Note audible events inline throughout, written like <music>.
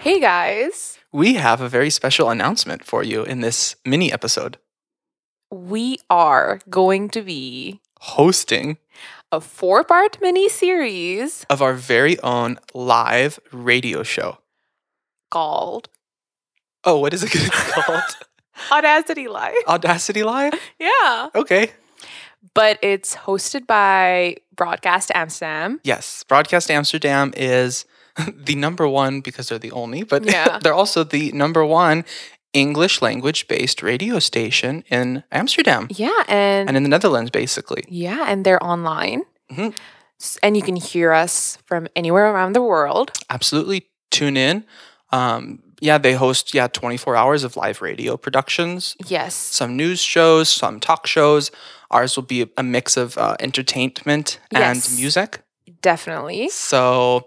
Hey guys, We have a very special announcement for you in this mini episode we are going to be hosting a four part mini series of our very own live radio show. called Oh, what is it <laughs> gonna be called? Audacity Live. Audacity Live? Oh, Yeah. Okay. But it's hosted by Broadcast Amsterdam. Yes, Broadcast Amsterdam is <laughs> the number one because they're the only, but <laughs> Yeah. they're also the number one English language based radio station in Amsterdam Yeah. And, and in the Netherlands, basically. yeah, and they're online. Mhm. S- And you can hear us from anywhere around the world. absolutely tune in. Um, yeah, they host yeah 24 hours of live radio productions, Yes. some news shows, some talk shows. Ours will be a- a mix of uh, entertainment Yes. and music. Definitely. So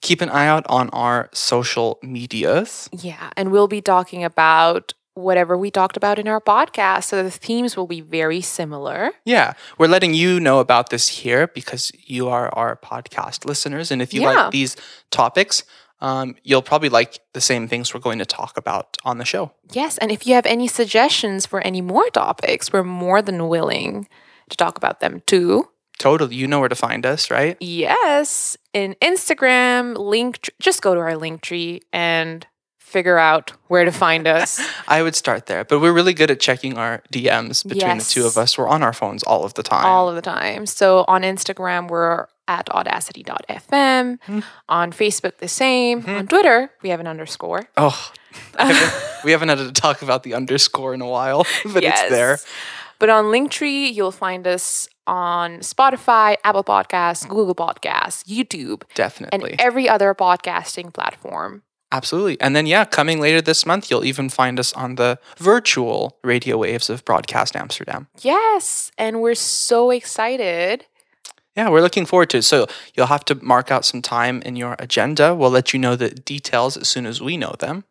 keep an eye out on our social medias. Yeah. And we'll be talking about whatever we talked about in our podcast. So the themes will be very similar. Yeah, we're letting you know about this here because you are our podcast listeners, and if you Yeah. like these topics. Um, you'll probably like the same things we're going to talk about on the show. Yes, and if you have any suggestions for any more topics, we're more than willing to talk about them too. Totally, you know where to find us, right? Yes, in Instagram, link just go to our link tree and figure out where to find <laughs> us. I would start there, but we're really good at checking our DMs between the two Yes. of us. We're on our phones all of the time. all of the time. So on Instagram, we're at audacity.fm. Mhm. On Facebook, the same. Mhm. On Twitter, we have an underscore. oh, <laughs> I <laughs> haven't- we haven't had to talk about the underscore in a while, <laughs> but it's there. Yes. But on Linktree, you'll find us on Spotify, Apple Podcasts, Google Podcasts, YouTube, and Definitely. every other podcasting platform. Absolutely. And then, yeah, coming later this month, you'll even find us on the virtual radio waves of Broadcast Amsterdam. Yes, and we're so excited. Yeah, we're looking forward to it. So you'll have to mark out some time in your agenda. We'll let you know the details as soon as we know them.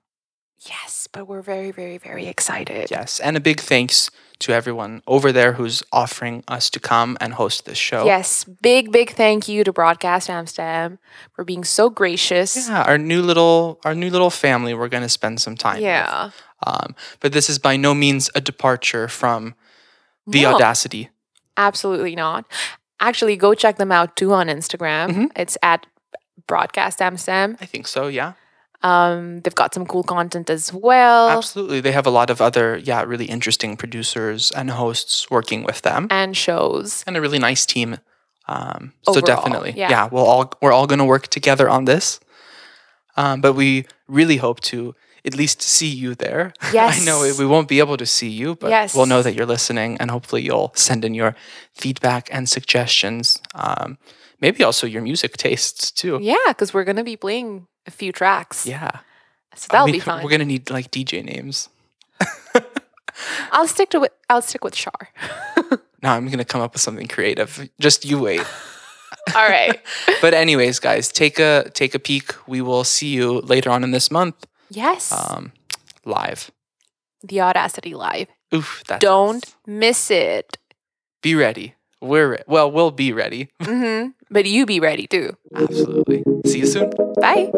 Yes, but we're very, very, very excited. Yes. And a big thanks to everyone over there who's offering us to come and host this show. Yes, big, big thank you to Broadcast Amsterdam for being so gracious. Yeah, our new little our new little family. We're gonna spend some time. with. Yeah. Um, but this is by no means a departure from the No, audacity. Absolutely not. Actually, go check them out too on Instagram. Mhm. It's at Broadcast Amsterdam. I think so. Yeah, Um, they've got some cool content as well. absolutely. They have a lot of other yeah really interesting producers and hosts working with them, And shows. and a really nice team. Um, so Overall, definitely, yeah. we'll all we're all gonna work together on this. Um, but we really hope to at least see you there. <laughs> Yes. I know we- we won't be able to see you, but we'll know Yes. that you're listening, and hopefully you'll send in your feedback and suggestions. Um, maybe also your music tastes too. Yeah, because we're going to be playing a few tracks. Yeah, So that'll We- be fun. We're gonna need like DJ names. I'll stick to wi- I'll stick with Char. No, I'm gonna come up with something creative. Just you <laughs> wait. <laughs> All right. but anyways, guys, take a take a peek. We will see you later on in this month, Yes. um, live. the Audacity Live. Oof, that's Don't miss it. be ready. We're re- well, we'll be ready. hmm But Mm-hmm. you be ready too. Absolutely. See you soon. Bye.